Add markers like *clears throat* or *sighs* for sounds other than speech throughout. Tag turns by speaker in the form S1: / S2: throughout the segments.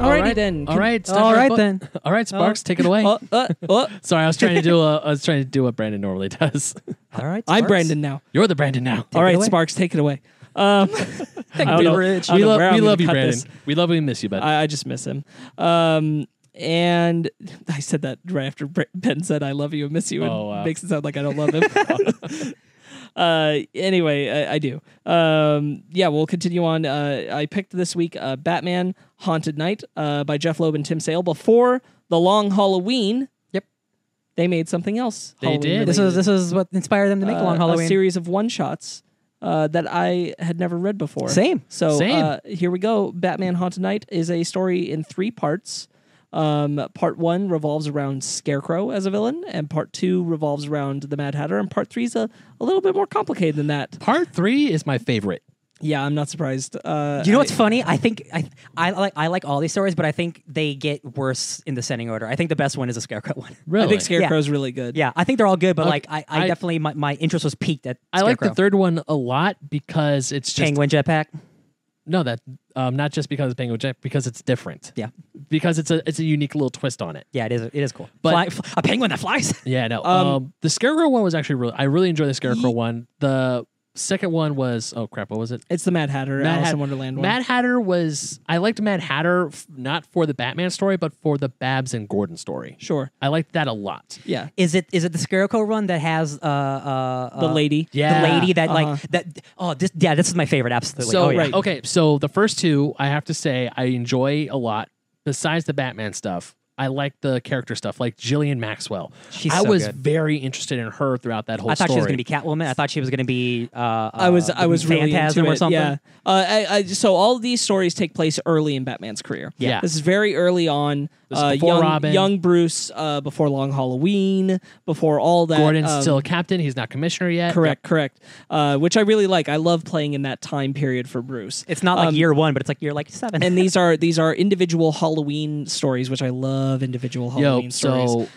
S1: Alrighty
S2: Alright.
S1: then.
S2: All right.
S1: All right then.
S2: All right,
S1: *laughs*
S2: Sparks, take it away.
S1: Oh,
S2: *laughs*
S1: uh, oh.
S2: Sorry, I was trying to
S1: *laughs*
S2: do a, I was trying to do what Brandon normally does. *laughs*
S3: All right.
S1: I'm
S3: Sparks.
S1: Brandon now.
S2: You're the Brandon now.
S1: All right,
S3: away.
S1: Sparks, take it away.
S2: *laughs*
S1: Um, *laughs*
S3: Thank
S1: I don't
S3: you,
S1: know.
S3: Rich.
S1: I don't
S2: We
S1: know
S2: love
S1: where I'm
S2: we
S1: gonna
S2: love you,
S1: cut
S2: Brandon.
S1: this.
S2: We love you and miss you, bud.
S1: I, I just miss him. Um, and *laughs* I said that right after Br- Ben said, "I love you and miss you," and
S2: Oh, wow.
S1: makes it sound like I don't love him.
S2: *laughs*
S1: uh, anyway, I, I do. Um, yeah, we'll continue on. Uh, I picked this week uh, Batman: Haunted Night uh, by Jeff Loeb and Tim Sale before the Long Halloween.
S3: Yep.
S1: they made something else.
S2: They did.
S3: This was this was what inspired them to make a long
S1: uh,
S3: Halloween.
S1: a series of one shots uh, that I had never read before.
S3: Same.
S1: So
S2: Same.
S1: Uh, here we go. Batman Haunted Night is a story in three parts. Um, part one revolves around Scarecrow as a villain, and part two revolves around the Mad Hatter, and part three is a, a little bit more complicated than that.
S2: Part three is my favorite.
S1: Yeah, I'm not surprised. Uh,
S3: you know
S1: I-
S3: what's funny? I think I I like I like all these stories, but I think they get worse in descending order. I think the best one is the scarecrow one.
S2: Really?
S1: I think Scarecrow's really good.
S3: *laughs* Yeah, I think they're all good, but like I, I,
S2: I-
S3: definitely my, my interest was peaked at
S2: I like the
S3: Scarecrow.
S2: third one a lot because it's just
S3: penguin jetpack.
S2: no that um not just because of Penguin Jack because it's different.
S3: Yeah,
S2: Because it's a it's a unique little twist on it.
S3: yeah, it is it is cool.
S2: But-
S3: Fly, fl- a penguin that flies. *laughs*
S2: Yeah, no. Um, the Scarecrow one was actually really I really enjoyed the Scarecrow one. The second one was oh crap, what was it?
S1: It's the Mad Hatter,
S2: Mad
S1: Alice
S2: Hat-
S1: in Wonderland one.
S2: Mad Hatter was I liked Mad Hatter f- not for the Batman story but for the Babs and Gordon story.
S1: sure.
S2: I liked that a lot.
S1: Yeah.
S3: Is it is it the scarecrow run that has uh uh,
S1: The
S3: uh,
S1: lady.
S2: Yeah.
S3: the lady that
S1: Uh-huh.
S3: like that oh this yeah this is my favorite absolutely
S2: So
S3: oh, yeah.
S1: right.
S2: okay, so the first two I have to say I enjoy a lot. Besides the Batman stuff, I like the character stuff, like Jillian Maxwell.
S3: She's
S2: I
S3: so
S2: was
S3: good.
S2: very interested in her throughout that whole
S3: I thought
S2: story.
S3: she was gonna be Catwoman I thought she was gonna be uh, uh
S1: I was I was really
S3: Phantasm
S1: into
S3: or
S1: it,
S3: something
S1: Yeah. Uh, I, I, so all of these stories take place early in Batman's career.
S2: Yeah.
S1: this is very early on.
S2: This is
S1: uh,
S2: before
S1: young,
S2: Robin.
S1: young Bruce, uh, before Long Halloween, before all that.
S2: Gordon's
S1: um,
S2: still a captain. He's not commissioner yet.
S1: correct, correct. Uh, which I really like. I love playing in that time period for Bruce.
S3: it's not like
S2: Um,
S3: year one but it's like year like seven
S1: and these are these are individual Halloween stories, which I love. Individual Halloween
S2: Yo,
S1: stories.
S2: so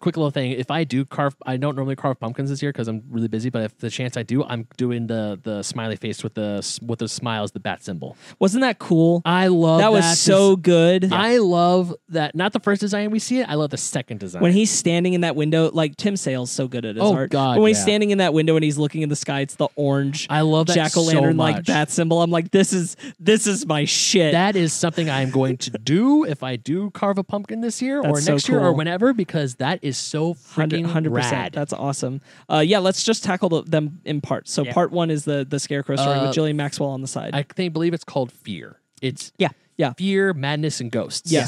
S2: quick little thing. If I do carve, I don't normally carve pumpkins this year because I'm really busy. But if the chance I do, I'm doing the the smiley face with the s- with the smile as the bat symbol.
S1: Wasn't that cool?
S2: I love
S1: that
S2: that
S1: was so good.
S2: I love that. Not the first design we see it. I love the second design.
S1: when he's standing in that window, like Tim Sale's so good at his
S2: Oh,
S1: art.
S2: God,
S1: but when he's
S2: yeah.
S1: standing in that window and he's looking in the sky, it's the orange.
S2: I love that
S1: jack o' lantern
S2: so
S1: like
S2: much.
S1: bat symbol. I'm like, this is this is my shit.
S2: that is something I am going to do if I do carve a pumpkin this year or
S1: That's so
S2: next year or
S1: cool.
S2: whenever because that is so freaking
S1: 100
S2: rad.
S1: percent. That's awesome. Uh, yeah, let's just tackle the, them in parts. So part one is the the scarecrow story
S2: Uh,
S1: with Jillian Maxwell on the side.
S2: I think believe it's called Fear. It's
S3: yeah
S1: yeah,
S2: Fear, Madness, and Ghosts.
S1: Yeah.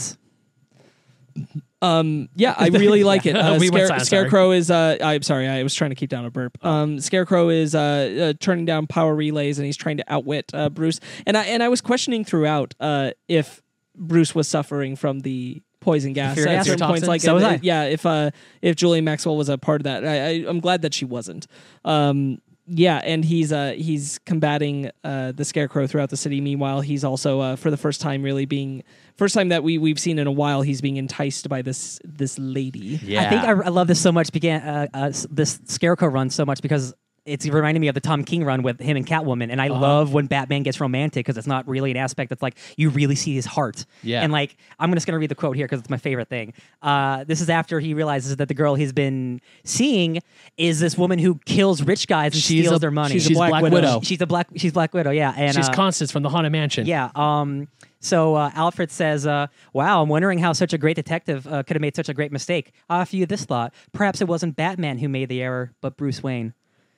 S1: Um, yeah, I really like it. Uh,
S2: We
S1: Scare-
S2: went silent, sorry.
S1: Scarecrow is. Uh, I'm sorry, I was trying to keep down a burp. Um, Scarecrow is uh, uh, turning down power relays, and he's trying to outwit uh, Bruce. And I and I was questioning throughout uh, if Bruce was suffering from the poison gas
S3: fear
S1: at
S3: gas?
S1: certain
S2: Fear
S1: points.
S2: toxin?
S1: Like,
S3: So was
S1: uh,
S3: I.
S1: yeah, if uh, if Julian Maxwell was a part of that, I, I, I'm glad that she wasn't. Um, yeah, and he's uh, he's combating uh, the Scarecrow throughout the city. Meanwhile, he's also uh, for the first time really being first time that we we've seen in a while. He's being enticed by this this lady.
S2: Yeah.
S3: I think I, I love this so much. Began uh, uh, s- this Scarecrow run so much because it's reminding me of the Tom King run with him and Catwoman,
S2: Uh-huh.
S3: and I love when Batman gets romantic because it's not really an aspect that's like you really see his heart.
S2: Yeah.
S3: And like I'm just gonna read the quote here because it's my favorite thing. Uh, this is after he realizes that the girl he's been seeing is this woman who kills rich guys and
S2: She's
S3: steals
S2: a-
S3: their money.
S2: she's a She's Black Black Widow. Widow.
S3: She's a black. She's Black Widow. Yeah. And
S2: She's
S3: uh,
S2: Constance from the Haunted Mansion.
S3: yeah. Um, so uh, Alfred says, uh, "Wow, I'm wondering how such a great detective uh, could have made such a great mistake. I offer you this thought: perhaps it wasn't Batman who made the error, but Bruce Wayne."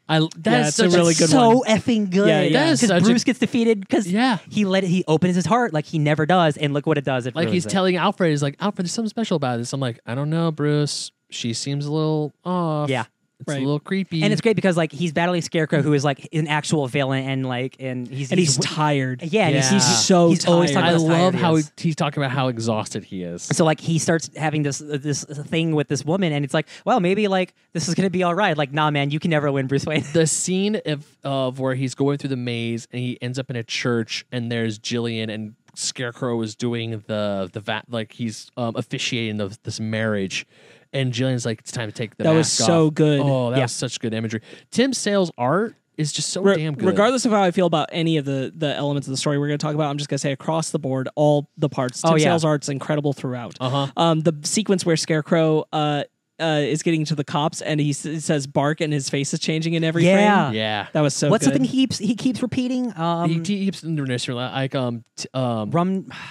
S2: I that
S1: Yeah,
S2: is
S1: it's a
S2: such
S1: really good
S3: so
S1: one.
S3: effing good.
S1: Yeah, yeah.
S2: That is such
S3: Because
S2: a-
S3: Bruce gets defeated because
S2: Yeah.
S3: he let it, he opens his heart like he never does, and look what it does. It
S2: like
S3: ruins
S2: he's
S3: it.
S2: telling Alfred, he's like, Alfred, there's something special about this. I'm like, I don't know, Bruce. She seems a little off.
S3: Yeah.
S2: It's
S1: Right.
S2: a little creepy.
S3: and it's great because like he's battling Scarecrow, who is like an actual villain, and like and he's
S1: and he's,
S3: wi-
S1: tired.
S3: yeah, and
S2: Yeah.
S3: he's,
S2: He's
S1: so
S3: he's always
S1: tired.
S3: talking
S2: I
S3: about how
S2: love
S3: tired he
S2: how
S3: is.
S2: he, he's talking about how exhausted he is.
S3: So like he starts having this this thing with this woman, and it's like, well, maybe like this is gonna be all right. Like, nah, man, you can never win, Bruce Wayne.
S2: the scene of, of where he's going through the maze and he ends up in a church and there's Jillian and Scarecrow is doing the the va- like he's um, officiating the, this marriage and Jillian's like, "It's time to take the
S1: That was
S2: mask
S1: so
S2: off."
S1: good.
S2: Oh, that
S3: Yeah.
S2: was such good imagery. Tim Sale's art is just so
S1: Re-
S2: damn good.
S1: Regardless of how I feel about any of the the elements of the story we're going to talk about, I'm just going to say across the board, all the parts. Tim
S3: Oh, yeah.
S1: Sale's art's incredible throughout.
S2: Uh-huh.
S1: Um, the sequence where Scarecrow uh, uh, is getting to the cops and he s- says bark and his face is changing in every
S3: Yeah.
S1: frame.
S2: yeah,
S1: That was so
S3: What's
S1: good.
S3: the thing he keeps he keeps repeating? Um,
S2: he, he keeps introducing like um t- um
S3: rum. *sighs*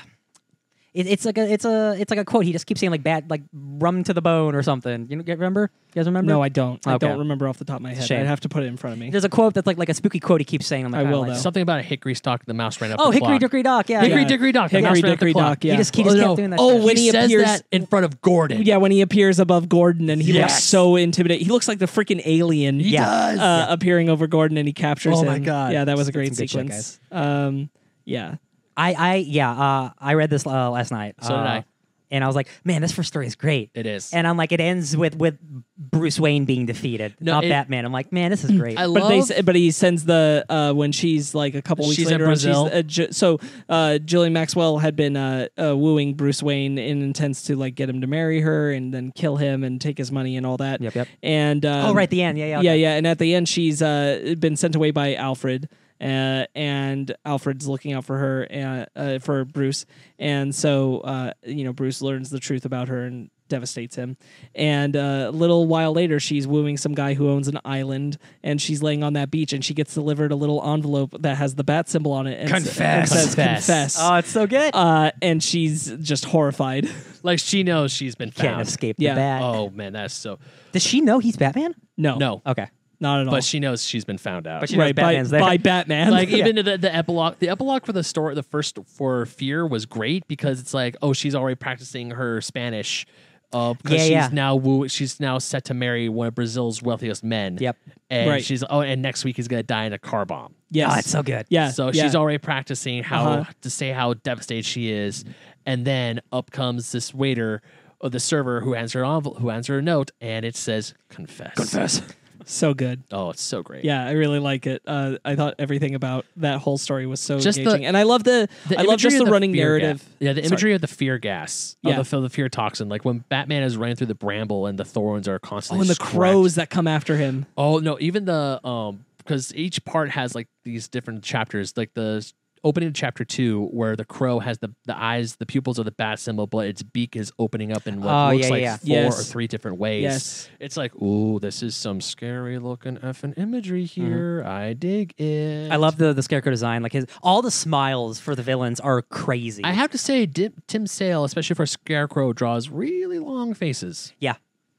S3: It, it's like a it's a it's like a quote. He just keeps saying like bad like rum to the bone or something. You know, you remember? You guys remember?
S1: no, I don't. I
S3: Okay.
S1: don't remember off the top of my head.
S3: Shame.
S1: I'd have to put it in front of me.
S3: There's a quote that's like like a spooky quote he keeps saying. I'm like,
S1: I
S3: "Ah,
S1: will,
S3: like-
S1: though.
S2: something about a hickory stock. The mouse ran up.
S3: Oh,
S2: the
S3: hickory
S2: clock.
S3: dickory dock. Yeah,
S2: Hickory
S3: yeah.
S2: dickory dock. the
S1: Hickory
S2: mouse ran up the
S1: dickory
S2: clock.
S1: dock, yeah.
S3: He just he just kept doing that.
S2: Oh,
S3: stuff.
S2: when he, says
S1: appears-
S2: that in front of Gordon.
S1: Yeah, when he appears above Gordon and he looks
S2: Yes.
S1: so intimidated. He looks like the freaking alien.
S2: He
S3: Yeah.
S2: does.
S1: uh, appearing over Gordon and he captures
S2: Oh
S1: him.
S2: my God.
S1: Yeah, that was a
S3: That's
S1: great
S3: some good shit,
S1: sequence. um, yeah,
S3: I I yeah uh, I read this uh, last night.
S2: So did
S3: uh,
S2: I.
S3: And I was like, man, this first story is great.
S2: it is.
S3: And I'm like, it ends with with Bruce Wayne being defeated,
S2: No,
S3: not
S2: it-
S3: Batman. I'm like, man,
S2: *clears throat*
S3: this is great.
S2: I
S1: but
S2: love.
S1: they s- but he sends the uh, when she's like a couple weeks
S2: She's in
S1: later. on,
S2: Brazil.
S1: uh, Ju- so uh, Jillian Maxwell had been uh, uh, wooing Bruce Wayne and intends to like get him to marry her and then kill him and take his money and all that.
S3: Yep, yep.
S1: And um,
S3: oh, right, the end. Yeah, yeah.
S1: yeah,
S3: okay.
S1: yeah. And at the end, she's uh, been sent away by Alfred, uh, and Alfred's looking out for her and uh, for Bruce. And so, uh, you know, Bruce learns the truth about her and devastates him. And uh, a little while later, she's wooing some guy who owns an island, and she's laying on that beach, and she gets delivered a little envelope that has the bat symbol on it. And s- and
S2: Confess.
S1: says,
S2: Confess.
S1: confess.
S3: Oh, it's so good.
S1: uh, and she's just horrified. *laughs*
S2: like she knows she's been
S3: Can't
S2: found.
S3: escape
S1: Yeah.
S3: the bat.
S2: Oh man, that's so.
S3: Does she know he's Batman?
S1: no,
S2: No,
S3: Okay.
S1: not at all.
S2: but she knows she's been found out.
S3: But she knows
S1: right by,
S3: Batman's there.
S1: by Batman.
S2: like even the, the epilogue the epilogue for the story the first for fear was great because it's like oh she's already practicing her spanish uh because
S3: Yeah,
S2: she's
S3: yeah.
S2: now woo- she's now set to marry one of brazil's wealthiest men
S3: Yep.
S2: and
S1: Right.
S2: she's oh and next week he's gonna die in a car bomb
S1: *laughs* yes,
S3: Oh, it's so good.
S1: yeah.
S2: so
S1: yeah.
S2: she's already practicing how
S1: Uh-huh.
S2: to say how devastated she is and then up comes this waiter or the server who hands her envel- who hands her a note and it says confess confess
S1: so good.
S2: oh it's so
S1: *laughs*
S2: great
S1: Yeah, I really like it. Uh, I thought everything about that whole story was so
S2: Just the-
S1: engaging, and I love the,
S2: The
S1: I love
S2: imagery
S1: just
S2: of
S1: the, running
S2: fear ga-
S1: narrative.
S2: Yeah, the
S1: Sorry.
S2: imagery of the fear gas,
S1: Yeah.
S2: yeah. of the, the fear toxin. Like when Batman is running through the bramble and the thorns are
S1: Oh,
S2: constantly.
S1: and the
S2: scratch-
S1: crows that come after him.
S2: Oh no, even the um, because each part has like these different chapters. Like the s- opening of chapter two, where the crow has the the eyes, the pupils of the bat symbol, but its beak is opening up in what
S3: Oh,
S2: looks
S3: yeah,
S2: like
S3: yeah.
S2: four or
S1: Yes.
S2: three different ways.
S1: Yes.
S2: It's like, ooh, this is some scary looking effing imagery here. I dig it.
S3: Mm-hmm. I love the the scarecrow design. Like his all the smiles for the villains are crazy.
S2: I have to say, Di- Tim Sale, especially for Scarecrow, draws really long faces.
S3: yeah.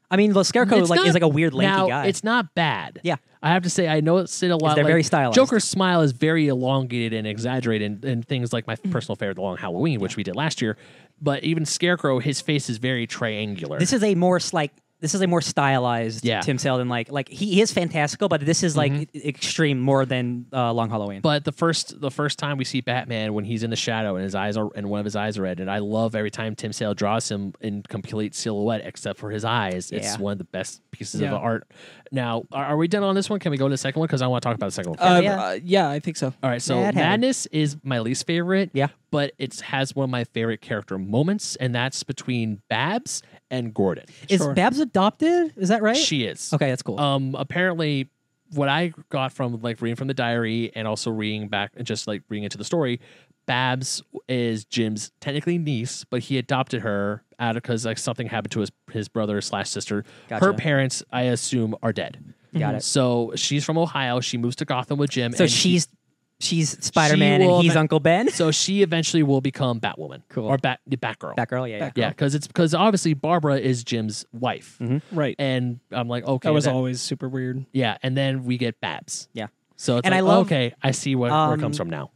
S3: I mean, the scarecrow
S2: It's
S3: like
S2: not-
S3: is like a weird lanky
S2: now,
S3: guy.
S2: It's not bad.
S3: Yeah.
S2: I have to say, I know it's a lot.
S3: they're
S2: like-
S3: very stylized.
S2: Joker's smile is very elongated and exaggerated, and, and things like my
S3: Mm.
S2: personal favorite, The Long Halloween, which we did last year. But even Scarecrow, his face is very triangular.
S3: this is a more s- like this is a more stylized
S2: Yeah.
S3: Tim Sale than like like he is fantastical, but this is like e- extreme more than uh, Long Halloween.
S2: But the first the first time we see Batman when he's in the shadow and his eyes are and one of his eyes are red, and I love every time Tim Sale draws him in complete silhouette except for his eyes.
S3: Yeah.
S2: It's one of the best pieces
S1: Yeah.
S2: of art. Now, are, are we done on this one? Can we go to the second one? Because I want to talk about the second one.
S1: Uh,
S3: yeah.
S1: uh, yeah, I think so.
S2: Oh, All right, so
S3: Yeah, it happened.
S2: Madness is my least favorite.
S3: Yeah.
S2: but it has one of my favorite character moments, and that's between Babs and Gordon.
S3: is
S1: sure.
S3: Babs adopted? Is that right?
S2: She is
S3: Eh, okay, that's cool.
S2: um apparently what i got from like reading from the diary and also reading back and just like reading into the story babs is jim's technically niece but he adopted her out of because like something happened to his his brother slash sister her
S3: Gotcha.
S2: parents i assume are dead Mm-hmm.
S3: Got it.
S2: so she's from ohio she moves to gotham with jim
S3: so
S2: and he-
S3: she's she's Spider Man
S2: will
S3: and he's
S2: eva-
S3: Uncle Ben.
S2: so she eventually will become batwoman
S3: Cool.
S2: or bat the batgirl
S3: Batgirl, yeah, yeah.
S2: yeah because it's because obviously barbara is jim's wife
S3: Mm-hmm.
S1: Right,
S2: and i'm like okay
S1: that was
S2: that-
S1: always super weird.
S2: yeah, and then we get Babs.
S3: Yeah.
S2: So it's
S3: And
S2: like,
S3: I love- um,
S2: okay, I see where, where it comes from now.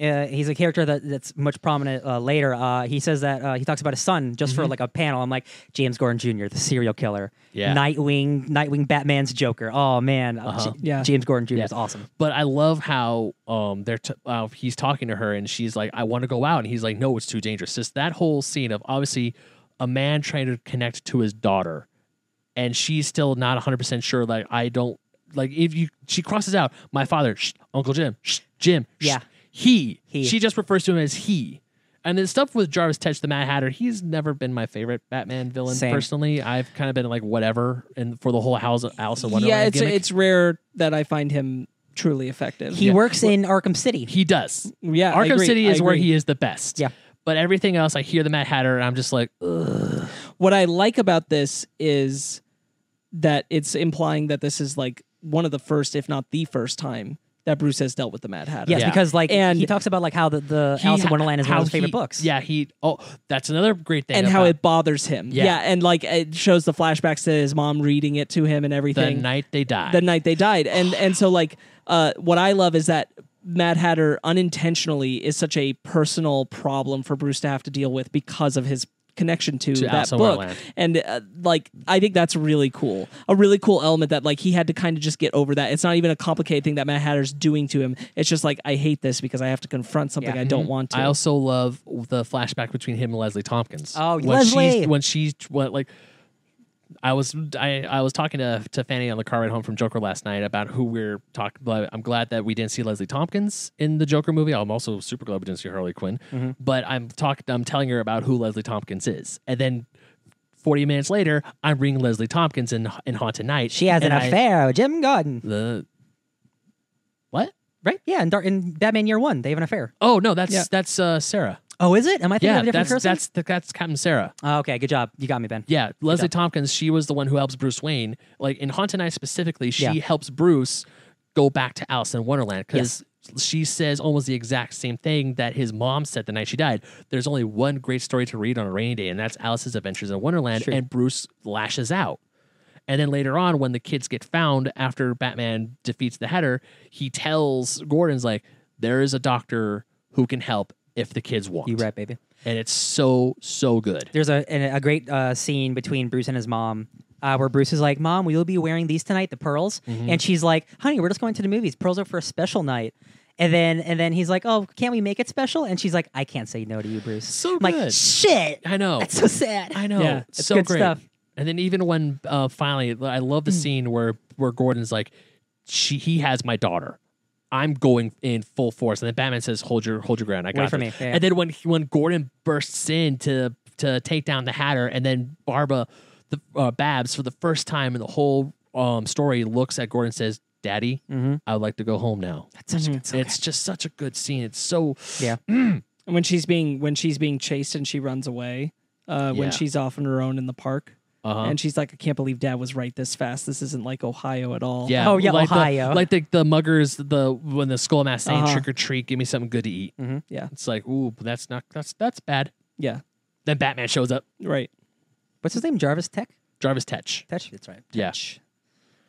S3: uh, he's a character that, that's much prominent uh, later. Uh, he says that uh, he talks about his son just for like a panel. I'm like James Gordon Jr., the serial killer,
S2: Yeah.
S3: Nightwing, Nightwing, Batman's Joker. Oh man, Uh, J-
S1: Yeah.
S3: James Gordon Jr.
S2: Yeah.
S3: is awesome.
S2: But I love how um they're t- uh, he's talking to her and she's like, I want to go out, and he's like, No, it's too dangerous. Just that whole scene of obviously a man trying to connect to his daughter, and she's still not 100 percent sure. Like I don't like if you she crosses out my father, shh, Uncle Jim, shh, Jim, shh,
S3: Yeah.
S2: he.
S3: He.
S2: She just refers to him as he. and the stuff with Jarvis Tetch the Mad Hatter, he's never been my favorite Batman villain
S3: Same.
S2: personally. I've kind of been like whatever, and for the whole House of Alice in Wonderland
S1: yeah, it's
S2: gimmick.
S1: it's rare that I find him truly effective.
S3: He
S1: yeah,
S3: works in Arkham City.
S2: he does.
S1: yeah I
S2: Arkham
S1: agree,
S2: City
S1: I
S2: is where
S1: agree.
S2: he is the best.
S3: Yeah.
S2: But everything else, I hear the Mad Hatter, and I'm just like, ugh.
S1: What I like about this is that it's implying that this is like one of the first, if not the first time that Bruce has dealt with the Mad Hatter.
S3: Yes,
S2: Yeah.
S3: because like
S1: And-
S3: he talks about like how the, the
S2: he
S3: Alice in
S2: ha-
S3: Wonderland is one
S2: how
S3: of his favorite
S2: he-
S3: books.
S2: Yeah, he. Oh, that's another great thing.
S1: and how
S2: about
S1: it bothers him.
S2: Yeah.
S1: Yeah. and like it shows the flashbacks to his mom reading it to him and
S2: the
S1: everything.
S2: night they die.
S1: the night they died.
S2: *sighs*
S1: And and so like uh what I love is that Mad Hatter unintentionally is such a personal problem for Bruce to have to deal with because of his connection to, that
S2: Alice in
S1: book.
S2: Wonderland.
S1: And uh, like I think that's really cool. A really cool element that like he had to kind of just get over that. It's not even a complicated thing that Mad Hatter's doing to him. It's just like I hate this because I have to confront something
S3: Yeah.
S1: I don't want to.
S2: Mm-hmm. I also love the flashback between him and Leslie Tompkins.
S3: Oh,
S2: when
S3: Leslie!
S2: She's, when she went like, I was I, I was talking to to Fanny on the car ride home from Joker last night about who we're talking. about. I'm glad that we didn't see Leslie Tompkins in the Joker movie. I'm also super glad we didn't see Harley Quinn.
S3: Mm-hmm.
S2: But I'm talking. I'm telling her about who Leslie Tompkins is, and then. 40 minutes later, I'm reading Leslie Tompkins in, in Haunted Night.
S3: She has
S2: and
S3: an
S2: I-
S3: affair with Jim Gordon.
S2: The, what?
S3: Right? Yeah, in, Dark, in Batman Year One, they have an affair.
S2: Oh, no, that's
S1: Yeah.
S2: that's uh, Sarah.
S3: Oh, is it? Am I thinking
S2: Yeah,
S3: of a different
S2: that's,
S3: person?
S2: that's, that's Captain Sarah.
S3: oh, okay, good job. You got me, Ben.
S2: Yeah, Leslie Tompkins, she was the one who helps Bruce Wayne. Like in Haunted Night specifically, she
S3: Yeah.
S2: helps Bruce go back to Alice in Wonderland because she says almost the exact same thing that his mom said the night she died. There's only one great story to read on a rainy day, and that's Alice's Adventures in Wonderland. And Bruce lashes out. And then later on, when the kids get found after Batman defeats the header, he tells Gordon's like, there is a doctor who can help if the kids want.
S3: You right, baby.
S2: And it's so, so good.
S3: There's a an- a great uh, scene between Bruce and his mom. Uh, where Bruce is like, "Mom, will you be wearing these tonight, the pearls?" And she's like, "Honey, we're just going to the movies. Pearls are for a special night." And then, and then he's like, "Oh, can't we make it special?" And she's like, "I can't say no to you, Bruce."
S2: So
S3: I'm like,
S2: good.
S3: "Shit,
S2: I know.
S3: that's so sad."
S2: I know.
S1: Yeah,
S3: it's
S2: so
S3: good
S2: great.
S3: stuff. Mm.
S2: And then even when uh, finally, I love the scene where where Gordon's like, she he has my daughter. I'm going in full force, and then Batman says, "Hold your hold your ground. I got
S3: for
S2: this."
S3: me. Yeah, yeah.
S2: And then when he- when Gordon bursts in to to take down the Hatter, and then Barbara, the uh, Babs, for the first time in the whole um, story, looks at Gordon and says, "Daddy,
S3: Mm-hmm.
S2: I would like to go home now."
S3: That's such a good
S2: It's just such a good scene. It's so
S3: Yeah.
S1: And when she's being when she's being chased and she runs away uh,
S2: Yeah.
S1: when she's off on her own in the park
S2: Uh-huh.
S1: and she's like i can't believe dad was right this fast this isn't like ohio at all
S2: Yeah.
S3: Oh, yeah,
S2: like the-
S3: Ohio.
S2: like the the muggers, the when the skull mask saying
S1: Uh-huh. Mm-hmm.
S2: trick or treat, give me something good to eat.
S1: yeah
S2: It's like, ooh, but that's not that's that's bad.
S1: yeah
S2: Then Batman shows up,
S1: right
S3: What's his name? Jarvis Tech?
S2: Jarvis Tetch.
S3: Tetch? That's right.
S2: Yeah.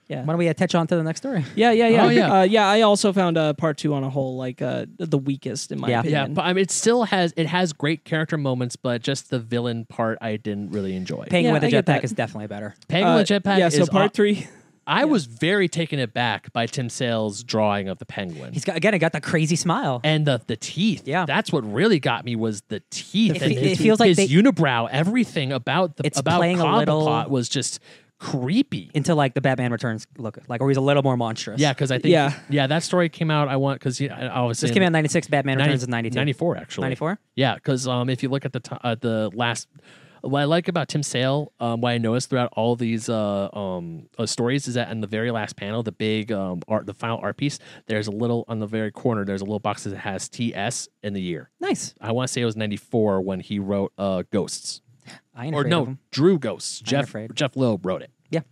S1: yeah
S3: Why don't we uh, touch on to the next story?
S1: yeah yeah yeah
S2: Oh, yeah.
S1: Uh, yeah i also found uh, part two on a whole like uh, the weakest in my
S3: Yeah.
S2: Yeah,
S1: opinion
S2: but I mean, it still has it has great character moments, but just the villain part I didn't really enjoy.
S3: Penguin
S1: Yeah,
S3: with
S1: I
S3: the
S1: get
S3: jetpack
S1: that.
S3: is definitely better.
S2: Penguin
S1: Uh,
S2: with jetpack.
S1: yeah so
S2: is
S1: part
S2: aw-
S1: three *laughs*
S2: I was very taken aback by Tim Sale's drawing of the penguin
S3: He's got again, he got the crazy smile.
S2: and the the teeth.
S3: Yeah.
S2: that's what really got me was the teeth.
S3: The
S2: and
S3: fe-
S2: his,
S3: it feels like
S2: his
S3: they-
S2: unibrow. Everything about the
S3: It's
S2: about
S3: playing a little-
S2: Cobblepot was just creepy.
S3: Until like the Batman Returns look like, or he's a little more monstrous.
S2: Yeah, because I think yeah.
S1: Yeah.
S2: that story came out. I want because yeah, I I was
S3: this
S2: saying
S3: came out in '96. Batman
S2: 90
S3: Returns is '92.
S2: 94 actually
S3: 94?
S2: Yeah, because um, if you look at the t- uh, the last. What I like about Tim Sale, um, what I noticed throughout all these uh, um, uh, stories, is that in the very last panel, the big um, art, the final art piece, there's a little on the very corner. There's a little box that has TS and the year.
S3: Nice.
S2: I want to say it was '94 when he wrote uh, Ghosts,
S3: I ain't
S2: or
S3: afraid of
S2: no,
S3: him.
S2: Drew Ghosts. Jeff
S3: afraid.
S2: Jeff Loeb wrote it.
S3: Yeah,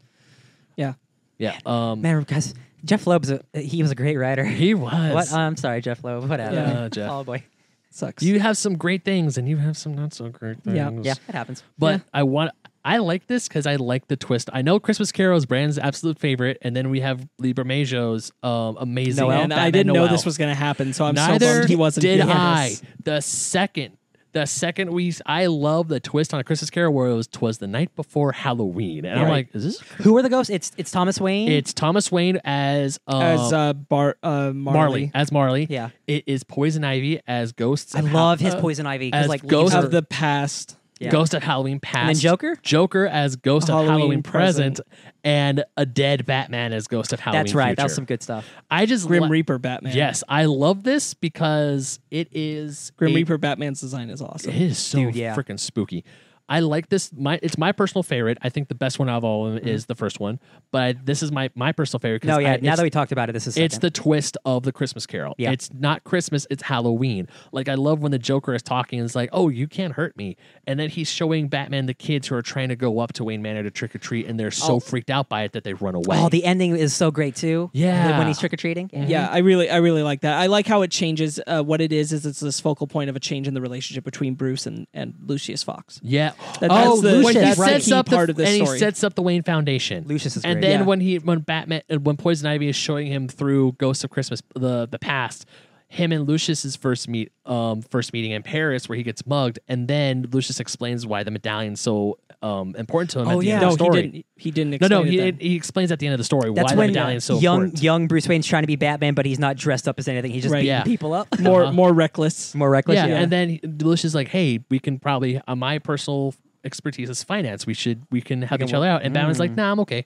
S1: yeah
S2: Yeah, um,
S3: man, guys. Jeff Loeb's a, he was a great writer.
S2: he was.
S3: What? I'm sorry, Jeff Loeb. Whatever.
S2: Yeah, Jeff.
S3: Oh boy.
S1: sucks
S2: You have some great things, and you have some not so great things.
S1: Yeah.
S3: Yeah, it happens.
S2: But I want I like this because I like the twist. I know Christmas Carol's Brand's absolute favorite, and then we have Libra Majo's um, amazing.
S3: Noel.
S1: and
S2: Batman
S1: i didn't know
S2: Noel.
S1: this was going to happen so i'm so
S2: Neither
S1: bummed he wasn't
S2: did
S1: here.
S2: I. The second, the second we, I love the twist on a Christmas Carol where it was twas the night before Halloween, and I'm
S3: Right.
S2: like, is this?
S3: Who are the ghosts? It's it's Thomas Wayne.
S2: It's Thomas Wayne as um,
S1: as uh, Bar- uh, marley,
S2: Marley. as Marley.
S3: Yeah.
S2: it is Poison Ivy as Ghosts.
S3: I love his poison ivy. 'cause,
S2: uh, as
S3: like
S2: ghosts
S3: leaves
S2: are-
S3: her-
S1: of the past
S3: Yeah.
S2: Ghost at Halloween Past,
S3: Joker?
S2: Joker as Ghost at
S1: Halloween
S2: Halloween present,
S1: Present.
S2: and a dead Batman as Ghost of Halloween.
S3: That's right. That was
S2: Future.
S3: some good stuff.
S2: I just
S1: Grim
S2: lo-
S1: Reaper Batman.
S2: Yes, I love this because it is
S1: Grim
S2: a-
S1: Reaper Batman's design is awesome.
S2: It is so
S3: Dude, yeah.
S2: freaking spooky. I like this. My it's my personal favorite. I think the best one out of all of them is the first one, but I, this is my my personal favorite. 'cause
S3: Mm-hmm. No, yeah.
S2: I-
S3: now
S2: it's-
S3: that we talked about it, this is
S2: it's
S3: second.
S2: the twist of the Christmas Carol.
S3: Yeah.
S2: It's not Christmas, it's Halloween. Like I love when the Joker is talking and it's like, "Oh, you can't hurt me." And then he's showing Batman the kids who are trying to go up to Wayne Manor to trick or treat and they're so freaked out by it that they run away.
S3: oh, the ending is so great too.
S2: Yeah. Mm-hmm.
S3: when he's trick or treating.
S1: Yeah, I really, I really like that. I like how it changes. Uh, what it is is it's this focal point of a change in the relationship between Bruce and and Lucius Fox.
S2: yeah.
S1: That-
S2: oh,
S1: that's the-
S2: when he
S1: that's the
S2: sets
S1: key
S2: up the
S1: part of this
S2: and he
S1: story.
S2: sets up the Wayne Foundation.
S3: Lucius is
S2: and
S3: great.
S2: then
S1: Yeah.
S2: when he when Batman uh, when Poison Ivy is showing him through Ghosts of Christmas the the past, him and Lucius's first meet um first meeting in Paris where he gets mugged, and then Lucius explains why the medallion's so um important to him. at the end
S1: no,
S2: of the
S1: he
S2: story.
S1: didn't. He didn't.
S2: no,
S1: Explain
S2: no, he,
S1: it then.
S2: he explains at the end of the story
S3: That's
S2: why
S3: when
S2: the medallion's so
S3: young
S2: important.
S3: young Bruce Wayne's trying to be Batman, but he's not dressed up as anything. He's just
S1: Right.
S3: beating
S2: Yeah.
S3: people up.
S1: *laughs*
S3: *laughs*
S1: more more reckless.
S3: More reckless.
S2: yeah,
S3: Yeah.
S2: and then he- Lucius is like, hey, we can probably uh, my personal expertise is finance. We should we can help each other out. And Batman's like, nah, I'm okay.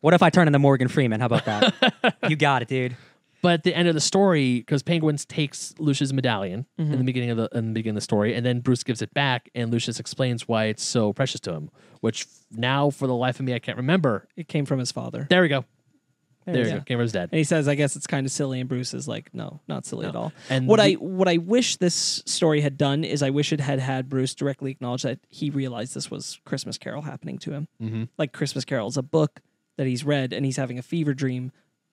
S3: what if I turn into Morgan Freeman? How about that?
S2: *laughs*
S3: you got it, dude.
S2: But at the end of the story, because Penguins takes Lucius' medallion in
S1: Mm-hmm.
S2: the beginning of the in the beginning of the story, and then Bruce gives it back, and Lucius explains why it's so precious to him. Which now, for the life of me, I can't remember.
S1: It came from his father.
S2: There we go. There,
S1: it
S2: we
S1: is.
S2: go. Gamer's dead.
S1: And he says, "I guess it's kind of silly." And Bruce is like, "No, not silly at all."
S2: And
S1: And what
S2: the-
S1: I what I wish this story had done is I wish it had had Bruce directly acknowledge that he realized this was Christmas Carol happening to him. Like Christmas Carol is a book that he's read, and he's having a fever dream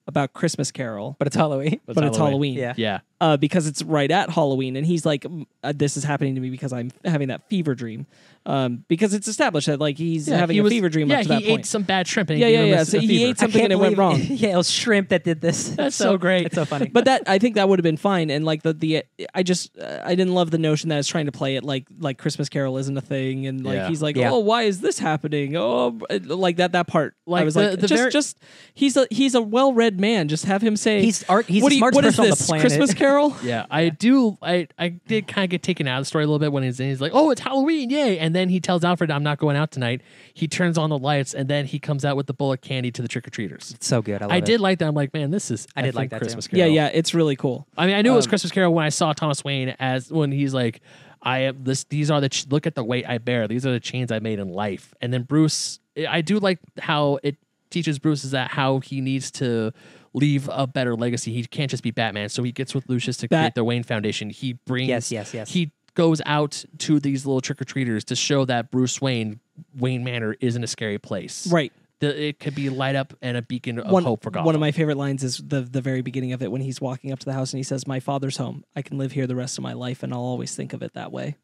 S1: about Christmas Carol, but,
S3: But it's Halloween.
S1: it's Halloween.
S3: Yeah.
S2: Yeah.
S1: uh, because it's right at Halloween, and he's like, "Mm, uh, "This is happening to me because I'm having that fever dream," um, because it's established that like he's having
S2: he
S1: a
S2: was-
S1: fever dream
S2: Yeah,
S1: up to
S2: he
S1: that
S2: ate
S1: point.
S2: some bad shrimp. And
S1: Yeah,
S2: he
S1: yeah,
S2: gave him
S1: yeah.
S2: a-
S1: So
S2: a
S1: he
S2: fever.
S1: ate some- something
S3: I
S1: and
S3: can't
S1: it went
S3: believe-
S1: wrong.
S3: *laughs* yeah, it was shrimp that did this. That's
S2: so great.
S3: It's so funny.
S1: but
S3: *laughs*
S1: that I think that would have been fine. And like the the I just uh, I didn't love the notion that it's trying to play it like like Christmas Carol isn't a thing, and like
S2: Yeah.
S1: he's like,
S3: Yeah.
S1: oh, why is this happening? Oh, uh, like that that part.
S2: Like,
S1: I was
S2: the-
S1: like,
S2: the
S1: just
S2: very-
S1: just he's a he's a well read man. Just have him say
S3: He's art- he's
S1: what
S3: the
S1: do you-
S3: smartest
S1: what is
S3: person on the
S1: this
S3: planet."
S1: Christmas Carol?
S2: *laughs* Yeah, I do. I, I did kind of get taken out of the story a little bit when he's he's like, "Oh, it's Halloween, yay!" And then he tells Alfred, "I'm not going out tonight." He turns on the lights, and then he comes out with the bowl of candy to the trick or treaters.
S3: so good. I, love
S2: I
S3: it.
S2: did like that. I'm like, man, this is
S3: I did like
S2: effing
S3: that too. Um,
S2: Christmas
S1: Yeah,
S2: Carol.
S1: yeah, it's really cool.
S2: I mean, I knew it was Christmas Carol when I saw Thomas Wayne as when he's like, I am this. These are the ch- look at the weight I bear. These are the chains I made in life. And then Bruce, I do like how it teaches Bruce is that how he needs to leave a better legacy. He can't just be Batman. So he gets with Lucius to create
S1: That-
S2: the Wayne Foundation. He brings
S3: Yes, yes, yes.
S2: He goes out to these little trick or treaters to show that Bruce Wayne, Wayne Manor, isn't a scary place.
S1: Right.
S2: The, it could be light up and a beacon of
S1: one,
S2: hope for Gotham.
S1: One of my favorite lines is the the very beginning of it when he's walking up to the house and he says, "My father's home. I can live here the rest of my life, and I'll always think of it that way."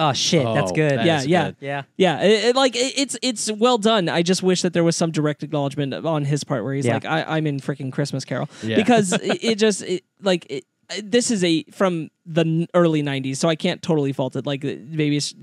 S3: Oh shit, that's
S2: Oh,
S3: good.
S2: that
S1: Yeah,
S2: is
S1: yeah.
S2: good.
S3: yeah.
S1: Yeah, it, it- like it, it's it's well done. I just wish that there was some direct acknowledgement on his part where he's
S3: Yeah.
S1: like, I, "I'm in freaking Christmas Carol,"
S2: Yeah.
S1: because
S2: *laughs*
S1: it, it just it, like it, this is a from the n- early '90s, so I can't totally fault it. Like maybe it's,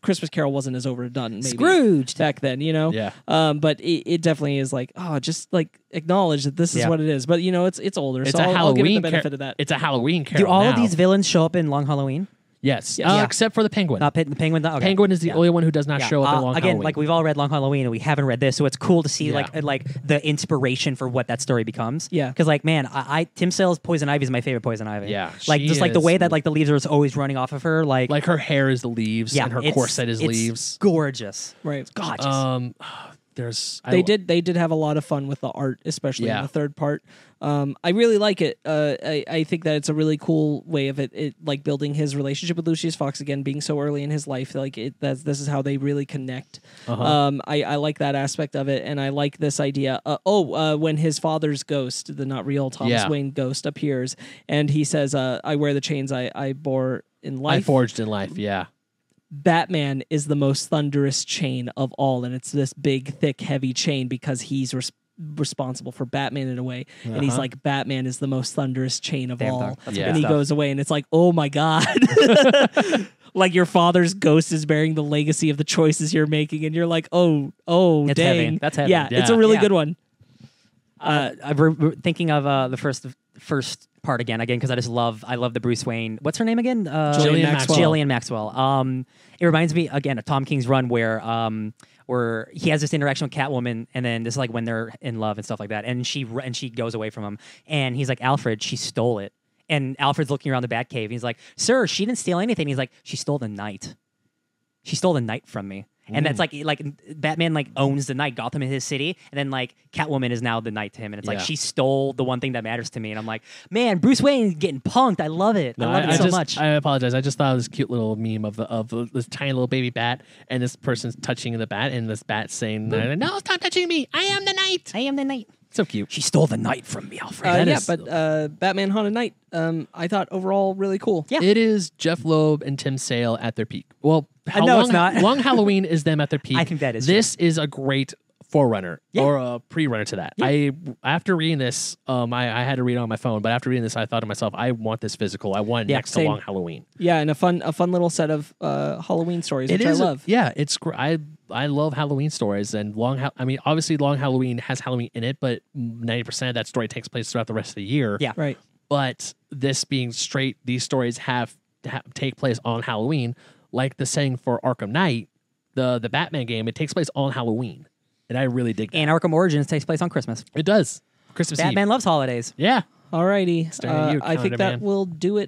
S1: Christmas Carol wasn't as overdone. Maybe.
S3: Scrooged.
S1: back then, you know.
S2: Yeah.
S1: Um, but it, it definitely is like, oh, just like acknowledge that this is
S3: Yeah.
S1: what it is. But you know, it's it's older,
S2: It's
S1: so
S2: a
S1: I'll, I'll
S2: Halloween
S1: give it the
S2: car-
S1: benefit of that.
S2: It's a Halloween
S3: Do
S2: Carol.
S3: all of
S2: now.
S3: these villains show up in Long Halloween?
S2: Yes,
S1: Yes.
S2: Uh,
S1: Yeah.
S2: except for the penguin.
S3: Not Pit- the Penguin. Oh, okay.
S2: penguin is the
S3: Yeah.
S2: only one who does not
S3: Yeah.
S2: show up
S3: Uh,
S2: in Long
S3: again,
S2: Halloween.
S3: like we've all read Long Halloween and we haven't read this, so it's cool to see
S2: Yeah.
S3: like uh, like the inspiration for what that story becomes.
S1: Yeah.
S3: because like man, I, I Tim Sale's Poison Ivy is my favorite Poison Ivy.
S2: Yeah,
S3: like
S2: she
S3: just like the
S2: is-
S3: way that like the leaves are just always running off of her. Like,
S2: like her hair is the leaves,
S3: yeah,
S2: and her
S3: it's-
S2: corset is
S3: it's
S2: leaves.
S3: Gorgeous,
S1: right.
S3: gorgeous.
S2: Um, *sighs* there's I,
S1: They did they did have a lot of fun with the art, especially
S2: Yeah.
S1: in the third part. Um, I really like it. Uh, I, I think that it's a really cool way of it, it like building his relationship with Lucius Fox again, being so early in his life. Like it that's this is how they really connect.
S2: Uh-huh.
S1: Um, I, I like that aspect of it, and I like this idea. Uh, oh, uh, when his father's ghost, the not real Thomas
S2: Yeah.
S1: Wayne ghost, appears, and he says, uh, "I wear the chains I I bore." In
S2: I
S1: life,
S2: forged in life. Yeah,
S1: Batman is the most thunderous chain of all, and it's this big, thick, heavy chain because he's res- responsible for Batman in a way. And he's like, Batman is the most thunderous chain of
S3: Damn,
S1: all,
S3: dog. That's
S2: some
S1: and
S2: good
S1: he
S3: stuff.
S1: goes away, and it's like, oh my god, *laughs* like your father's ghost is bearing the legacy of the choices you're making, and you're like, oh, oh,
S3: It's
S1: dang,
S3: heavy. That's heavy.
S1: Yeah, it's
S2: Yeah.
S1: a really
S3: Yeah.
S1: good one.
S3: uh, I'm thinking of uh, the first first part again, again, because I just love I love the Bruce Wayne. What's her name again? Uh,
S1: Jillian Maxwell.
S3: Jillian Maxwell. Um, it reminds me again of Tom King's run where um where he has this interaction with Catwoman, and then this is like when they're in love and stuff like that, and she ru- and she goes away from him, and he's like Alfred, she stole it, and Alfred's looking around the Batcave, and he's like, Sir, she didn't steal anything. He's like, She stole the night she stole the night from me. And that's
S2: Mm.
S3: like like Batman like owns the night, Gotham is his city, and then like Catwoman is now the night to him, and it's like
S2: Yeah.
S3: she stole the one thing that matters to me, and I'm like, man, Bruce Wayne getting punked, I love it, I love it so
S2: just,
S3: much.
S2: I apologize. I just thought of this cute little meme of the of the- this tiny little baby bat, and this person's touching the bat, and this bat saying, "No, stop touching me! I am the knight."
S3: I am the night.
S2: So cute.
S3: She stole the night from me, Alfred.
S1: Uh,
S2: That
S1: yeah,
S2: is-
S1: but uh, Batman Haunted Night, um, I thought overall really cool.
S3: Yeah.
S2: It is Jeff Loeb and Tim Sale at their peak. Well, how
S3: Uh, no,
S2: long,
S3: it's not.
S2: Long Halloween is them at their peak.
S3: *laughs* I think that is
S2: This is a great forerunner
S3: Yeah.
S2: or a pre-runner to that. I after reading this, um, I, I had to read it on my phone, but after reading this, I thought to myself, I want this physical. I want it
S1: Yeah,
S2: next
S1: same.
S2: to Long Halloween.
S1: Yeah, and a fun a fun little set of uh, Halloween stories,
S2: It
S1: which
S2: is.
S1: I love.
S2: Yeah, it's gr- I I love Halloween stories and long. Ha- I mean, obviously, long Halloween has Halloween in it, but ninety percent of that story takes place throughout the rest of the year.
S3: Yeah.
S1: Right.
S2: But this being straight, these stories have, ha take place on Halloween, like the saying for Arkham Knight, the the Batman game. It takes place on Halloween, and I really dig that.
S3: and Arkham Origins takes place on Christmas.
S2: It does Christmas Eve.
S3: Batman loves holidays.
S2: Yeah.
S1: Alrighty.
S2: Staring at
S1: Uh,
S2: you,
S1: I think
S2: Calendar
S1: that
S2: Man.
S1: will do it